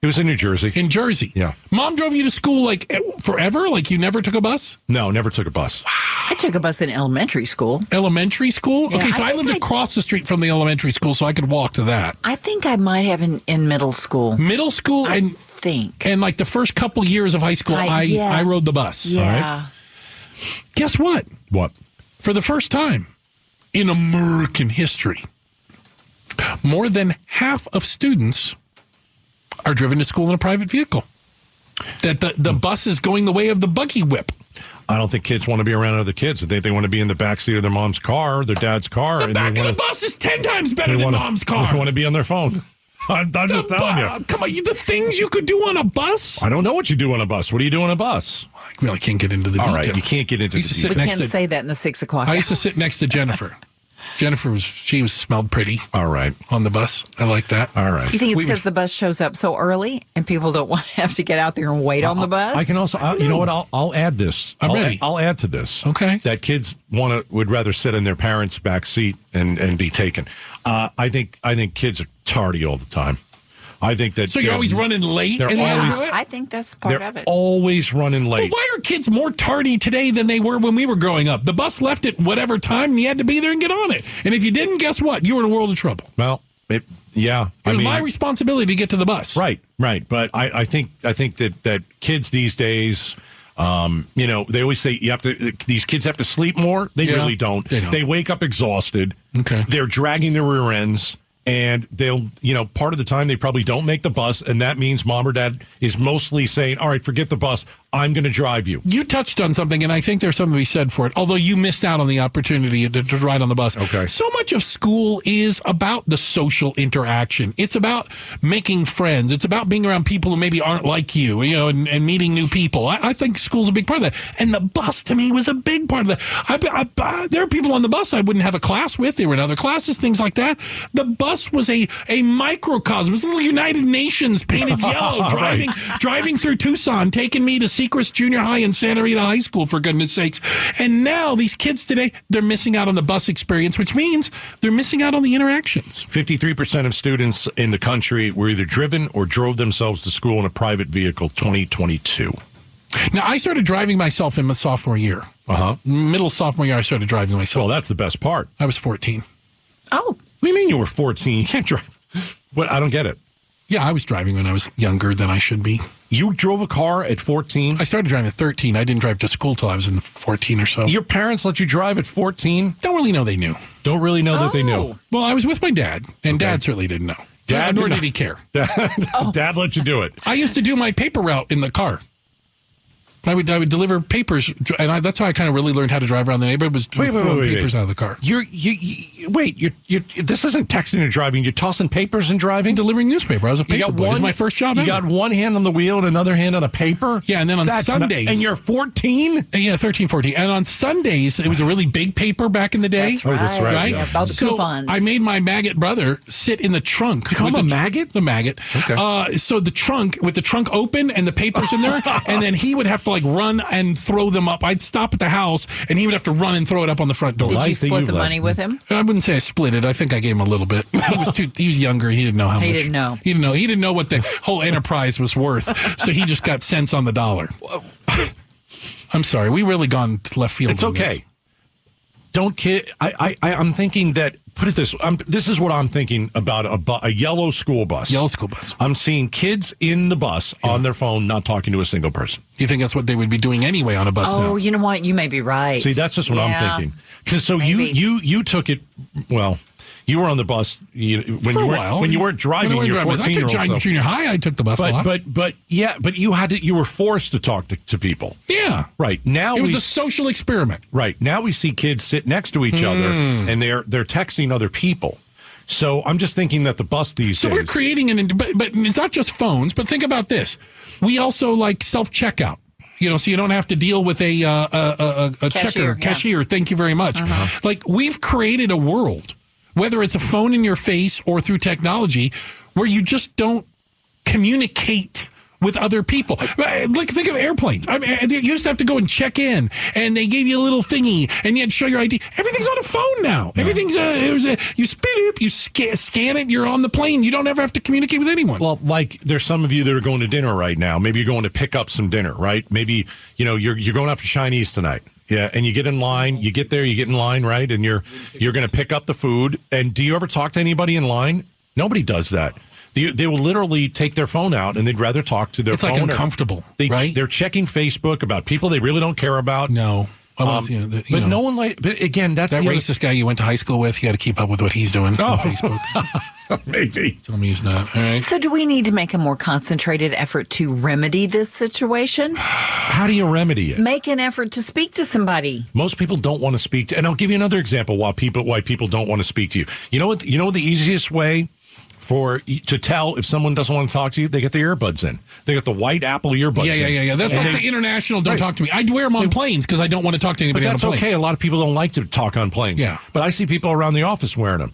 [SPEAKER 2] It was in New Jersey.
[SPEAKER 3] In Jersey.
[SPEAKER 2] Yeah.
[SPEAKER 3] Mom drove you to school like eh, forever. Like you never took a bus.
[SPEAKER 2] No, never took a bus.
[SPEAKER 4] I took a bus in elementary school.
[SPEAKER 3] Elementary school. okay,
[SPEAKER 4] I
[SPEAKER 3] so I,
[SPEAKER 4] think
[SPEAKER 3] lived
[SPEAKER 4] I-
[SPEAKER 3] across the street from the elementary school, so I could walk to that.
[SPEAKER 4] I think I might have in, in middle
[SPEAKER 2] Mm,
[SPEAKER 4] school.
[SPEAKER 3] Middle school
[SPEAKER 4] I
[SPEAKER 3] and
[SPEAKER 4] think.
[SPEAKER 3] and like the first couple years of high school, I
[SPEAKER 4] I-
[SPEAKER 3] I,
[SPEAKER 4] yeah.
[SPEAKER 3] rode the bus.
[SPEAKER 4] yeah.
[SPEAKER 3] Guess what?
[SPEAKER 2] What?
[SPEAKER 3] For the first time in American history, more than half of students are driven to school in a private vehicle. That the,
[SPEAKER 2] Hmm.
[SPEAKER 3] the bus is going the way of the buggy whip.
[SPEAKER 2] I don't think kids want to be around other kids. I think they want to be in the back seat of their mom's car, their dad's car,
[SPEAKER 3] The back
[SPEAKER 2] they
[SPEAKER 3] of the
[SPEAKER 2] want
[SPEAKER 3] bus is ten times better
[SPEAKER 2] to,
[SPEAKER 3] than
[SPEAKER 2] want
[SPEAKER 3] mom's car.
[SPEAKER 2] want to be on their phone. *laughs* I'm, I'm
[SPEAKER 3] The
[SPEAKER 2] just telling
[SPEAKER 3] bu-
[SPEAKER 2] you.
[SPEAKER 3] Come on, you, the things you could do on a bus.
[SPEAKER 2] I don't know what you do on a bus. What do you do on a bus?
[SPEAKER 3] I really can't get into the
[SPEAKER 2] All
[SPEAKER 3] details.
[SPEAKER 2] right, you can't get into
[SPEAKER 3] Used to
[SPEAKER 2] the
[SPEAKER 3] sit
[SPEAKER 4] We
[SPEAKER 2] details.
[SPEAKER 3] next
[SPEAKER 4] can't
[SPEAKER 3] to-
[SPEAKER 4] say that in the six o'clock.
[SPEAKER 3] I used to sit next to Jennifer. Jennifer was she was smelled pretty
[SPEAKER 2] All right,
[SPEAKER 3] on the bus. I like that.
[SPEAKER 2] all right.
[SPEAKER 4] you think it's
[SPEAKER 3] we were-
[SPEAKER 4] because the bus shows up so early and people don't *laughs* want to have to get out there and wait on the bus?
[SPEAKER 2] I can also, I, you know what? I'll, I'll add this.
[SPEAKER 3] I'm
[SPEAKER 2] will
[SPEAKER 3] ready.
[SPEAKER 2] I'll add to this.
[SPEAKER 3] Okay.
[SPEAKER 2] That kids want to would rather sit in their parents' back seat and and be taken. Uh, I think I think kids are tardy all the time. I think that
[SPEAKER 3] So you're
[SPEAKER 2] they're-
[SPEAKER 3] always running late.
[SPEAKER 2] They're
[SPEAKER 3] and
[SPEAKER 4] Yeah,
[SPEAKER 2] always-
[SPEAKER 4] I think that's part
[SPEAKER 2] They're
[SPEAKER 4] of it.
[SPEAKER 2] always running
[SPEAKER 3] But
[SPEAKER 2] late.
[SPEAKER 3] why are kids more tardy today than they were when we were growing up? The bus left at whatever time, and you had to be there and get on it. And if you didn't, guess what? You were in a world of trouble.
[SPEAKER 2] Well, it, yeah.
[SPEAKER 3] It
[SPEAKER 2] I
[SPEAKER 3] was
[SPEAKER 2] mean,
[SPEAKER 3] my responsibility to get to the bus.
[SPEAKER 2] Right, right. But I, I think I think that that kids these days, um, you know, they always say you have to. These kids have to sleep more. They
[SPEAKER 3] Yeah,
[SPEAKER 2] really don't.
[SPEAKER 3] they don't.
[SPEAKER 2] wake up exhausted.
[SPEAKER 3] Okay.
[SPEAKER 2] They're dragging their rear ends. And they'll, you know, part of the time they probably don't make the bus. And that means mom or dad is mostly saying, all right, forget the bus. I'm going to drive you.
[SPEAKER 3] You touched on something, and I think there's something to be said for it. Although you missed out on the opportunity to, to ride on the bus.
[SPEAKER 2] Okay.
[SPEAKER 3] So much of school is about the social interaction. It's about making friends. It's about being around people who maybe aren't like you, you know, and, and meeting new people. I, I think school's a big part of that. And the bus to me was a big part of that. I, I, I- there are people on the bus I wouldn't have a class with. They were in other classes, things like that. The bus was a a microcosm. It's little United Nations painted yellow, driving driving through Tucson, taking me to Seacrest Junior High and Santa Rita High School, for goodness sakes. And now these kids today, they're missing out on the bus experience, which means they're missing out on the interactions.
[SPEAKER 2] 53% of students in the country were either driven or drove themselves to school in a private vehicle 2022.
[SPEAKER 3] Now, I started driving myself in my sophomore year.
[SPEAKER 2] Uh huh.
[SPEAKER 3] Middle sophomore year, I started driving
[SPEAKER 2] Well,
[SPEAKER 3] myself.
[SPEAKER 2] that's the best part.
[SPEAKER 3] I was 14.
[SPEAKER 4] oh,
[SPEAKER 2] What do you mean you were 14? You can't drive. What? I don't get it.
[SPEAKER 3] Yeah, I was driving when I was younger than I should be.
[SPEAKER 2] You drove a car at 14?
[SPEAKER 3] I started driving at 13. I didn't drive to school till I was in the 14 or so.
[SPEAKER 2] Your parents let you drive at 14?
[SPEAKER 3] don't really know they knew.
[SPEAKER 2] Don't really know that they knew. *laughs*
[SPEAKER 4] Oh.
[SPEAKER 3] Well, I was with my dad, and dad certainly didn't know.
[SPEAKER 2] Dad
[SPEAKER 3] nor
[SPEAKER 2] did
[SPEAKER 3] did he care.
[SPEAKER 2] Dad let you do it.
[SPEAKER 3] I used to do my paper route in the car. I would I would deliver papers, and I, that's how I kind of really learned how to drive around the neighborhood was
[SPEAKER 2] Wait, wait,
[SPEAKER 3] throwing
[SPEAKER 2] wait, wait,
[SPEAKER 3] papers
[SPEAKER 2] wait.
[SPEAKER 3] out of the car,
[SPEAKER 2] You're you, you wait. You're you. This isn't texting and driving. You're tossing papers and driving.
[SPEAKER 3] delivering newspaper. I was a
[SPEAKER 2] You
[SPEAKER 3] paper boy. it was my first job.
[SPEAKER 2] You
[SPEAKER 3] ever.
[SPEAKER 2] got one hand on the wheel and another hand on a paper.
[SPEAKER 3] Yeah, and then on
[SPEAKER 2] not-
[SPEAKER 3] Sundays-
[SPEAKER 2] and you're 14.
[SPEAKER 3] Uh, Yeah, 13, 14. And on Sundays, it was a really big paper back in the day.
[SPEAKER 4] That's Oh, that's right.
[SPEAKER 3] Right?
[SPEAKER 4] Yeah, about the
[SPEAKER 3] so
[SPEAKER 4] coupons.
[SPEAKER 3] I made my maggot brother sit in the trunk.
[SPEAKER 2] call
[SPEAKER 3] with
[SPEAKER 2] him a
[SPEAKER 3] the tr-
[SPEAKER 2] maggot?
[SPEAKER 3] The maggot. Uh, so the trunk, with the trunk open and the papers in
[SPEAKER 4] *laughs*
[SPEAKER 3] there, and then he would have to like run and throw them up. I'd stop at the house and he would have to run and throw it up on the front door.
[SPEAKER 4] Did
[SPEAKER 2] Life
[SPEAKER 4] you
[SPEAKER 2] that
[SPEAKER 4] split
[SPEAKER 2] you've
[SPEAKER 4] the
[SPEAKER 2] led.
[SPEAKER 4] money with him?
[SPEAKER 3] I wouldn't say I split it. I think I gave him a little bit. He was too. He was younger. He didn't know how
[SPEAKER 4] He
[SPEAKER 3] much.
[SPEAKER 4] didn't know.
[SPEAKER 3] He didn't know. He didn't know what the whole enterprise was worth. So he just got cents on the
[SPEAKER 4] *laughs*
[SPEAKER 3] dollar. I'm sorry. We really gone to left field.
[SPEAKER 2] It's
[SPEAKER 3] on this.
[SPEAKER 2] okay. Don't kid. I, I I I'm thinking that. Put it this. I'm, this is what I'm thinking about a, bu- a yellow school bus.
[SPEAKER 3] Yellow school bus.
[SPEAKER 2] I'm seeing kids in the bus on their phone, not talking to a single person.
[SPEAKER 3] You think that's what they would be doing anyway on a bus
[SPEAKER 4] Oh,
[SPEAKER 3] now?
[SPEAKER 4] you know what? You may be right.
[SPEAKER 2] See, that's just what
[SPEAKER 4] Yeah.
[SPEAKER 2] I'm thinking. Because so you
[SPEAKER 4] Maybe.
[SPEAKER 2] you you took it. Well, you were on the bus you, when
[SPEAKER 3] For
[SPEAKER 2] you
[SPEAKER 3] a
[SPEAKER 2] weren't
[SPEAKER 3] while.
[SPEAKER 2] when you weren't driving.
[SPEAKER 3] When I
[SPEAKER 2] You're
[SPEAKER 3] wasn't
[SPEAKER 2] 14
[SPEAKER 3] driving.
[SPEAKER 2] year
[SPEAKER 3] I took jun-
[SPEAKER 2] old.
[SPEAKER 3] junior high. I took the bus a
[SPEAKER 2] But
[SPEAKER 3] lot.
[SPEAKER 2] but but yeah. But you had to. You were forced to talk to, to people.
[SPEAKER 3] yeah,
[SPEAKER 2] Right now
[SPEAKER 3] it was
[SPEAKER 2] we
[SPEAKER 3] a social experiment.
[SPEAKER 2] Right. Now we see kids sit next to each other
[SPEAKER 3] Hmm.
[SPEAKER 2] and they're they're texting other people. So I'm just thinking that the bus these
[SPEAKER 3] So
[SPEAKER 2] days.
[SPEAKER 3] we're creating an, but, but it's not just phones. But think about this: we also like self checkout. You know, so you don't have to deal with a uh, a, a, a- a
[SPEAKER 4] Cashier,
[SPEAKER 3] checker
[SPEAKER 4] yeah.
[SPEAKER 3] cashier. Uh-huh. Thank you very much. Like we've created a world, whether it's a phone in your face or through technology, where you just don't communicate with other people. Right, Like think of airplanes. I mean, uh, you used to have to go and check in, and they gave you a little thingy, and you had to show your ID. Everything's on a phone now. Everything's uh it was a, you spit it up, you scan, scan it, you're on the plane. You don't ever have to communicate with anyone.
[SPEAKER 2] well, like there's some of you that are going to dinner right now. Maybe you're going to pick up some dinner, right? Maybe you know you're you're going out for Chinese tonight. Yeah, and you get in line. You get there. You get in line, right? And you're you're going to pick up the food. And do you ever talk to anybody in line? Nobody does that. They, they will literally take their phone out and they'd rather talk to their
[SPEAKER 3] it's
[SPEAKER 2] phone.
[SPEAKER 3] like
[SPEAKER 2] or-
[SPEAKER 3] uncomfortable,
[SPEAKER 2] They,
[SPEAKER 3] right?
[SPEAKER 2] They're checking Facebook about people they really don't care about.
[SPEAKER 3] no, I want
[SPEAKER 2] Um,
[SPEAKER 3] to see uh, the, you
[SPEAKER 2] but
[SPEAKER 3] know,
[SPEAKER 2] no one like. But again, that's
[SPEAKER 3] that
[SPEAKER 2] the other-
[SPEAKER 3] racist guy you went to high school with. You got to keep up with what he's doing on *laughs* Facebook.
[SPEAKER 2] Maybe.
[SPEAKER 3] Tell me he's not. All right.
[SPEAKER 4] So, do we need to make a more concentrated effort to remedy this
[SPEAKER 2] *laughs* *sighs*
[SPEAKER 4] situation?
[SPEAKER 2] How do you remedy it?
[SPEAKER 4] Make an effort to speak to somebody.
[SPEAKER 2] Most people don't want to speak to, and I'll give you another example why people why people don't want to speak to you. You know what? You know the easiest way for to tell if someone doesn't want to talk to you, they get their earbuds in. They got the white Apple earbuds.
[SPEAKER 3] Yeah, yeah,
[SPEAKER 2] in.
[SPEAKER 3] yeah, yeah. That's
[SPEAKER 2] And
[SPEAKER 3] like
[SPEAKER 2] they-
[SPEAKER 3] the international. Don't talk to me. I'd wear them on planes because I don't want to talk
[SPEAKER 2] But
[SPEAKER 3] to anybody.
[SPEAKER 2] that's
[SPEAKER 3] on a plane.
[SPEAKER 2] okay. A lot of people don't like to talk on planes.
[SPEAKER 3] Yeah.
[SPEAKER 2] But I see people around the office wearing them.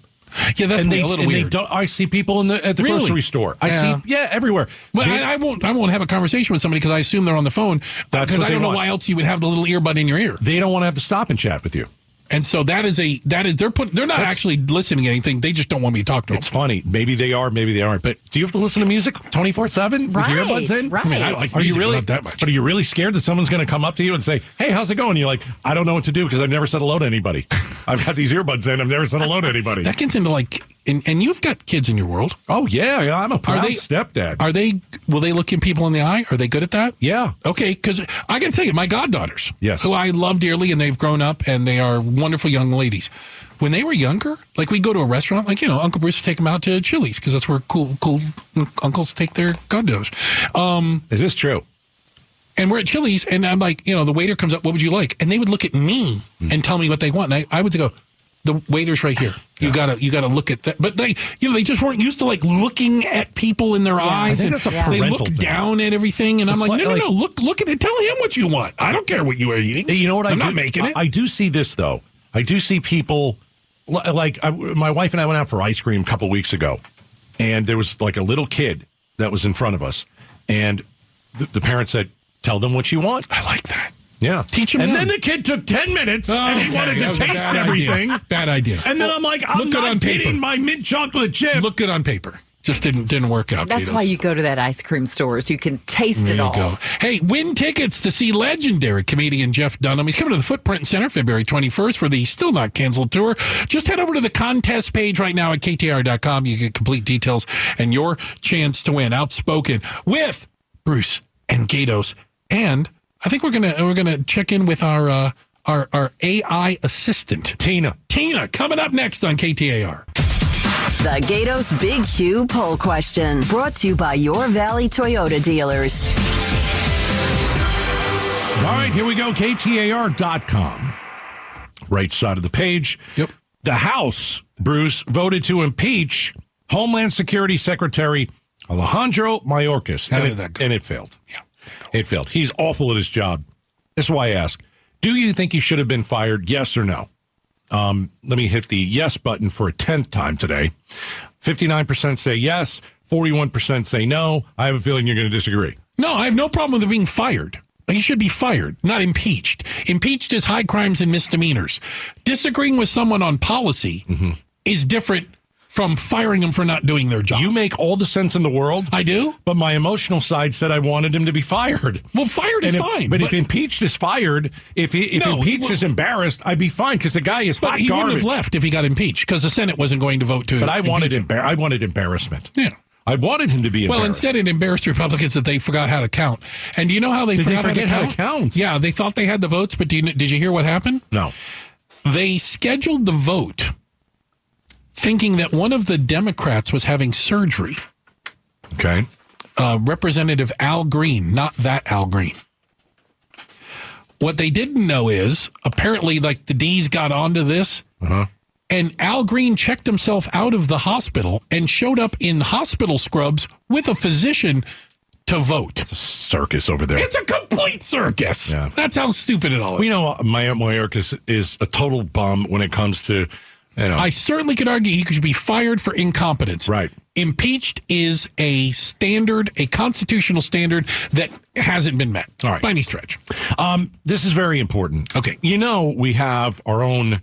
[SPEAKER 3] Yeah, that's
[SPEAKER 2] and
[SPEAKER 3] weird,
[SPEAKER 2] they,
[SPEAKER 3] a little
[SPEAKER 2] and they
[SPEAKER 3] weird.
[SPEAKER 2] don't, I see people in the at the
[SPEAKER 3] Really?
[SPEAKER 2] grocery store. I
[SPEAKER 3] Yeah.
[SPEAKER 2] see yeah everywhere.
[SPEAKER 3] but
[SPEAKER 2] They-
[SPEAKER 3] I, I won't. I won't have a conversation with somebody because I assume they're on the phone.
[SPEAKER 2] That's
[SPEAKER 3] Because
[SPEAKER 2] what
[SPEAKER 3] I
[SPEAKER 2] they
[SPEAKER 3] don't know
[SPEAKER 2] want.
[SPEAKER 3] why else you would have the little earbud in your ear.
[SPEAKER 2] they don't want to have to stop and chat with you.
[SPEAKER 3] And so that is a that is they're put. They're not
[SPEAKER 2] That's-
[SPEAKER 3] actually listening to anything. They just don't want me to talk to them.
[SPEAKER 2] It's funny. Maybe they are. Maybe they aren't. But do you have to listen to music twenty four seven with your
[SPEAKER 4] Right,
[SPEAKER 2] earbuds in?
[SPEAKER 4] right. I mean, I like
[SPEAKER 2] are you
[SPEAKER 3] music,
[SPEAKER 2] really
[SPEAKER 3] not that much.
[SPEAKER 2] But are you really scared that someone's going to come up to you and say, "Hey, how's it going?" And you're like, "I don't know what to do because I've never said hello to *laughs* anybody. I've got these earbuds in. I've never said hello to anybody."
[SPEAKER 3] That gets into like, and, and you've got kids in your world.
[SPEAKER 2] oh yeah, yeah, I'm a proud
[SPEAKER 3] they-
[SPEAKER 2] stepdad.
[SPEAKER 3] Are they? Will they look in people in the eye? Are they good at that?
[SPEAKER 2] yeah.
[SPEAKER 3] Okay, because I got to tell you, my goddaughters,
[SPEAKER 2] Yes.
[SPEAKER 3] who I love dearly, and they've grown up and they are wonderful young ladies. When they were younger, like we'd go to a restaurant, like you know, Uncle Bruce would take them out to Chili's because that's where cool, cool uncles take their goddaughters. Um,
[SPEAKER 2] Is this true?
[SPEAKER 3] and we're at Chili's, and I'm like, you know, the waiter comes up, what would you like? And they would look at me and tell me what they want. And I, I would go, the waiter's right here. You gotta, you gotta look at that. But they, you know, they just weren't used to like looking at people in their eyes.
[SPEAKER 2] think
[SPEAKER 3] and
[SPEAKER 2] that's a
[SPEAKER 3] They
[SPEAKER 2] parental
[SPEAKER 3] look
[SPEAKER 2] thing.
[SPEAKER 3] down at everything, and I'm
[SPEAKER 2] It's
[SPEAKER 3] like,
[SPEAKER 2] like-
[SPEAKER 3] no, no,
[SPEAKER 2] like-
[SPEAKER 3] no. Look, look at it. Tell him what you want. I don't care what you are
[SPEAKER 2] *laughs*
[SPEAKER 3] eating.
[SPEAKER 2] You know what? I
[SPEAKER 3] I'm
[SPEAKER 2] do,
[SPEAKER 3] not making it.
[SPEAKER 2] I, I do see this though. I do see people li- like I, my wife and I went out for ice cream a couple weeks ago, and there was like a little kid that was in front of us, and the, the parent said, "Tell them what you want."
[SPEAKER 3] I like that.
[SPEAKER 2] Yeah,
[SPEAKER 3] Teach 'em
[SPEAKER 2] And
[SPEAKER 3] now.
[SPEAKER 2] then the kid took ten minutes, and he wanted
[SPEAKER 3] that
[SPEAKER 2] to
[SPEAKER 3] was a
[SPEAKER 2] taste
[SPEAKER 3] bad
[SPEAKER 2] everything.
[SPEAKER 3] Idea. Bad idea.
[SPEAKER 2] And then I'm like, I'm
[SPEAKER 3] Look good
[SPEAKER 2] not
[SPEAKER 3] on paper.
[SPEAKER 2] getting my mint chocolate chip.
[SPEAKER 3] Look good on paper. Just didn't didn't work out.
[SPEAKER 4] That's
[SPEAKER 3] Beatles.
[SPEAKER 4] why you go to that ice cream store, so you can taste it
[SPEAKER 3] There
[SPEAKER 4] all.
[SPEAKER 3] you go. Hey, win tickets to see legendary comedian Jeff Dunham. He's coming to the Footprint Center February 21st for the still not canceled tour. Just head over to the contest page right now at ktr.com. You get complete details and your chance to win. Outspoken with Bruce and Gatos. And I think we're gonna we're gonna check in with our uh, our our AI assistant
[SPEAKER 2] Tina.
[SPEAKER 3] Tina coming up next on KTAR.
[SPEAKER 5] The Gatos Big Q poll question brought to you by your Valley Toyota dealers.
[SPEAKER 2] All right, here we go. KTAR.com. Right side of the page.
[SPEAKER 3] Yep.
[SPEAKER 2] The House, Bruce, voted to impeach Homeland Security Secretary Alejandro Mayorkas.
[SPEAKER 3] How
[SPEAKER 2] and,
[SPEAKER 3] did
[SPEAKER 2] it,
[SPEAKER 3] that go?
[SPEAKER 2] and it failed. Yeah. It failed. He's awful at his job. That's why I ask Do you think he should have been fired? Yes or no? Um, let me hit the yes button for a 10th time today. 59% say yes, 41% say no. I have a feeling you're going to disagree.
[SPEAKER 3] No, I have no problem with him being fired. He should be fired, not impeached. Impeached is high crimes and misdemeanors. Disagreeing with someone on policy
[SPEAKER 2] Mm-hmm.
[SPEAKER 3] is different from firing them for not doing their job.
[SPEAKER 2] You make all the sense in the world.
[SPEAKER 3] I do.
[SPEAKER 2] But my emotional side said I wanted him to be fired.
[SPEAKER 3] Well, fired is
[SPEAKER 2] And if-
[SPEAKER 3] fine.
[SPEAKER 2] but, if impeached is fired, if he, if
[SPEAKER 3] No, he
[SPEAKER 2] impeached
[SPEAKER 3] wou-
[SPEAKER 2] is embarrassed, I'd be fine because the guy is
[SPEAKER 3] but
[SPEAKER 2] hot
[SPEAKER 3] he
[SPEAKER 2] garbage.
[SPEAKER 3] wouldn't have left if he got impeached because the Senate wasn't going to vote to.
[SPEAKER 2] But I wanted
[SPEAKER 3] impeach
[SPEAKER 2] embar- I wanted embarrassment.
[SPEAKER 3] Yeah.
[SPEAKER 2] I wanted him to be.
[SPEAKER 3] Well,
[SPEAKER 2] embarrassed.
[SPEAKER 3] instead, it embarrassed Republicans that they forgot how to count. And do you know how they
[SPEAKER 2] Did they
[SPEAKER 3] forgot
[SPEAKER 2] forget
[SPEAKER 3] how,
[SPEAKER 2] how
[SPEAKER 3] to
[SPEAKER 2] to
[SPEAKER 3] count?
[SPEAKER 2] count?
[SPEAKER 3] Yeah, they thought they had the votes, but do you, kn- did you hear what happened?
[SPEAKER 2] no.
[SPEAKER 3] they scheduled the vote thinking that one of the Democrats was having surgery.
[SPEAKER 2] Okay.
[SPEAKER 3] Uh, Representative Al Green, not that Al Green. What they didn't know is apparently, like the D's got onto this,
[SPEAKER 2] Uh-huh.
[SPEAKER 3] and Al Green checked himself out of the hospital and showed up in hospital scrubs with a physician to vote.
[SPEAKER 2] Circus over there.
[SPEAKER 3] It's a complete circus.
[SPEAKER 2] Yeah.
[SPEAKER 3] That's how stupid it all is.
[SPEAKER 2] we know my Mayorkas is a total bum when it comes to. You know,
[SPEAKER 3] I certainly could argue he could be fired for incompetence.
[SPEAKER 2] Right.
[SPEAKER 3] Impeached is a standard, a constitutional standard that hasn't been met
[SPEAKER 2] All right.
[SPEAKER 3] by any stretch.
[SPEAKER 2] Um, this is very important.
[SPEAKER 3] Okay.
[SPEAKER 2] You know, we have our own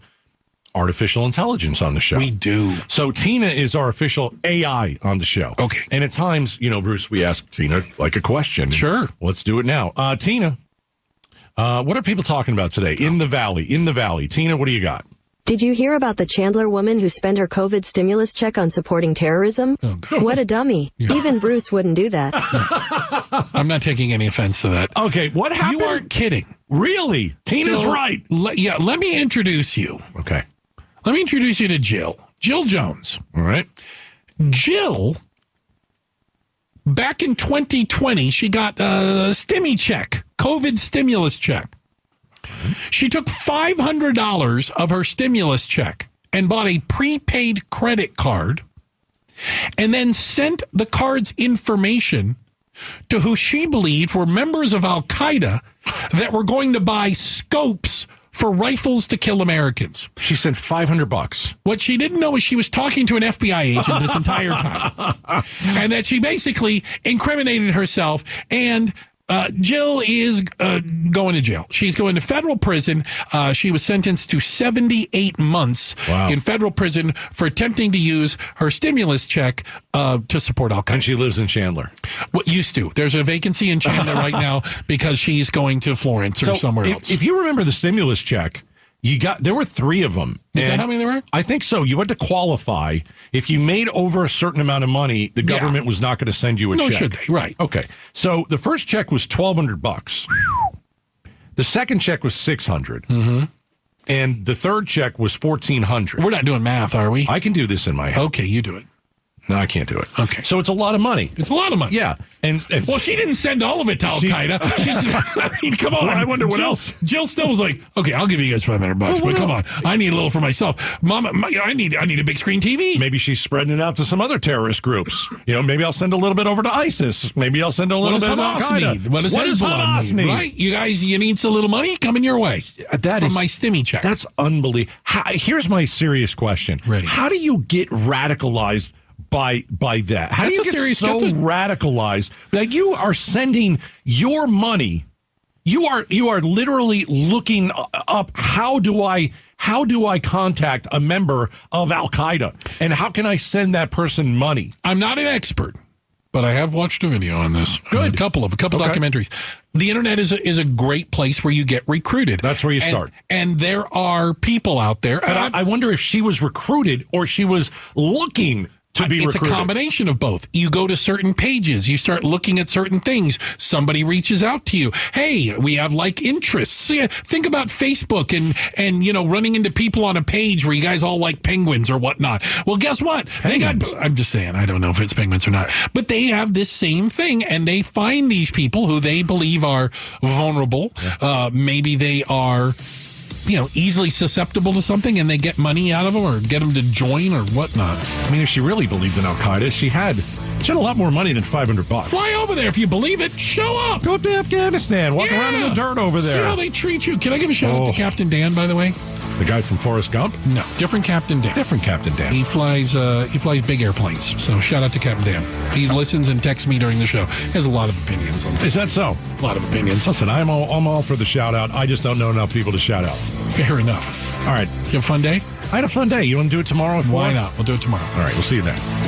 [SPEAKER 2] artificial intelligence on the show.
[SPEAKER 3] do.
[SPEAKER 2] so Tina is our official AI on the show.
[SPEAKER 3] Okay.
[SPEAKER 2] And at times, you know, Bruce, we ask Tina like a question.
[SPEAKER 3] Sure.
[SPEAKER 2] Let's do it now. Uh, Tina, uh, what are people talking about today in the valley? In the valley, Tina, what do you got?
[SPEAKER 6] Did you hear about the Chandler woman who spent her COVID stimulus check on supporting terrorism? what a dummy. Even Bruce wouldn't do that.
[SPEAKER 3] I'm not taking any offense to that.
[SPEAKER 2] Okay. What happened?
[SPEAKER 3] You aren't kidding.
[SPEAKER 2] really. Tina's
[SPEAKER 3] So,
[SPEAKER 2] right.
[SPEAKER 3] le- yeah, let me introduce you.
[SPEAKER 2] Okay.
[SPEAKER 3] Let me introduce you to Jill. Jill Jones.
[SPEAKER 2] All right.
[SPEAKER 3] Jill, back in 2020, she got a stimmy check, COVID stimulus check. She took $500 of her stimulus check and bought a prepaid credit card and then sent the card's information to who she believed were members of Al Qaeda that were going to buy scopes for rifles to kill Americans.
[SPEAKER 2] She sent 500 bucks.
[SPEAKER 3] What she didn't know is she was talking to an FBI agent this entire time,
[SPEAKER 2] *laughs*
[SPEAKER 3] and that she basically incriminated herself. And uh, Jill is uh, going to jail. She's going to federal prison. Uh, she was sentenced to 78 months
[SPEAKER 2] Wow.
[SPEAKER 3] in federal prison for attempting to use her stimulus check uh, to support Al
[SPEAKER 2] And
[SPEAKER 3] Qaeda.
[SPEAKER 2] she lives in Chandler.
[SPEAKER 3] What used to? There's a vacancy
[SPEAKER 2] *laughs*
[SPEAKER 3] in Chandler right now because she's going to Florence or somewhere
[SPEAKER 2] if,
[SPEAKER 3] else.
[SPEAKER 2] If you remember the stimulus check, you got there were three of them.
[SPEAKER 3] Is that how many there were?
[SPEAKER 2] I think so. You had to qualify. If you made over a certain amount of money, the
[SPEAKER 3] Yeah.
[SPEAKER 2] government was not going to send you a
[SPEAKER 3] no,
[SPEAKER 2] check.
[SPEAKER 3] should they? Right.
[SPEAKER 2] Okay. So the first check was twelve hundred bucks. The second check was six
[SPEAKER 3] Mm-hmm.
[SPEAKER 2] and the third check was fourteen hundred.
[SPEAKER 3] We're not doing math, are we?
[SPEAKER 2] I can do this in my head.
[SPEAKER 3] okay, you do it.
[SPEAKER 2] No, I can't do it.
[SPEAKER 3] Oh. Okay.
[SPEAKER 2] So it's a lot of money.
[SPEAKER 3] It's a lot of money.
[SPEAKER 2] Yeah, and, and
[SPEAKER 3] Well, she didn't send all of it to Al Qaeda.
[SPEAKER 2] *laughs*
[SPEAKER 3] She's, *laughs* I mean, come on.
[SPEAKER 2] Well, I wonder what
[SPEAKER 3] Jill-
[SPEAKER 2] else.
[SPEAKER 3] Jill still was like, "Okay, I'll give you guys five hundred bucks,
[SPEAKER 2] Well, what
[SPEAKER 3] but come on, I need a little for myself, Mama. My, I need, I need a big screen TV."
[SPEAKER 2] maybe she's spreading it out to some other terrorist groups. You know, maybe I'll send a little bit over to ISIS. Maybe I'll send a
[SPEAKER 3] What
[SPEAKER 2] little
[SPEAKER 3] does
[SPEAKER 2] bit to Al
[SPEAKER 3] Hamas
[SPEAKER 2] Qaeda.
[SPEAKER 3] need? What does, Hezbollah need? Right, you guys, you need some little money coming your way
[SPEAKER 2] That
[SPEAKER 3] from
[SPEAKER 2] is-
[SPEAKER 3] my stimmy check.
[SPEAKER 2] That's unbelievable. How, here's my serious question:
[SPEAKER 3] Ready.
[SPEAKER 2] How do you get radicalized by by that? How
[SPEAKER 3] That's
[SPEAKER 2] do
[SPEAKER 3] a
[SPEAKER 2] you get
[SPEAKER 3] serious-
[SPEAKER 2] so
[SPEAKER 3] that's a-
[SPEAKER 2] radicalized that you are sending your money? You are you are literally looking up how do I how do I contact a member of Al Qaeda and how can I send that person money?
[SPEAKER 3] I'm not an expert, but I have watched a video on this. Good, a couple of a couple
[SPEAKER 2] Okay.
[SPEAKER 3] documentaries. The internet is a, is a great place where you get recruited.
[SPEAKER 2] That's where you
[SPEAKER 3] And-
[SPEAKER 2] start.
[SPEAKER 3] And there are people out there. and
[SPEAKER 2] But
[SPEAKER 3] I'm-
[SPEAKER 2] I, I wonder if she was recruited or she was looking to to be
[SPEAKER 3] it's
[SPEAKER 2] recruited.
[SPEAKER 3] a combination of both. You go to certain pages, you start looking at certain things. Somebody reaches out to you. Hey, we have like interests. Yeah, Think about Facebook and and you know running into people on a page where you guys all like penguins or whatnot. Well, guess what? They got. I'm just saying. I don't know if it's penguins or not, but they have this same thing, and they find these people who they believe are vulnerable. Uh, maybe they are you know, easily susceptible to something and they get money out of them or get them to join or whatnot.
[SPEAKER 2] I mean, if she really believed in Al Qaeda, she had she had a lot more money than five hundred bucks.
[SPEAKER 3] Fly over there if you believe it. Show up.
[SPEAKER 2] Go up to Afghanistan, walk around in the
[SPEAKER 3] Yeah.
[SPEAKER 2] dirt over
[SPEAKER 3] See
[SPEAKER 2] there.
[SPEAKER 3] how they treat you. Can I give a shout out
[SPEAKER 2] Oh.
[SPEAKER 3] to Captain Dan, by the way?
[SPEAKER 2] The guy from Forrest Gump,
[SPEAKER 3] No, different Captain Dan.
[SPEAKER 2] different Captain
[SPEAKER 3] He
[SPEAKER 2] Dan.
[SPEAKER 3] flies. Uh, he flies big airplanes. So shout out to Captain Dan. He listens and texts me during the show. He has a lot of opinions on
[SPEAKER 2] Is that so?
[SPEAKER 3] a lot of opinions. *laughs*
[SPEAKER 2] Listen, I'm all, I'm all for the shout out. I just don't know enough people to shout out.
[SPEAKER 3] Fair enough.
[SPEAKER 2] All right,
[SPEAKER 3] You have a fun day.
[SPEAKER 2] I had a fun day. You want to do it tomorrow? at
[SPEAKER 3] Why
[SPEAKER 2] four?
[SPEAKER 3] not? We'll do it tomorrow.
[SPEAKER 2] All right, we'll see you then.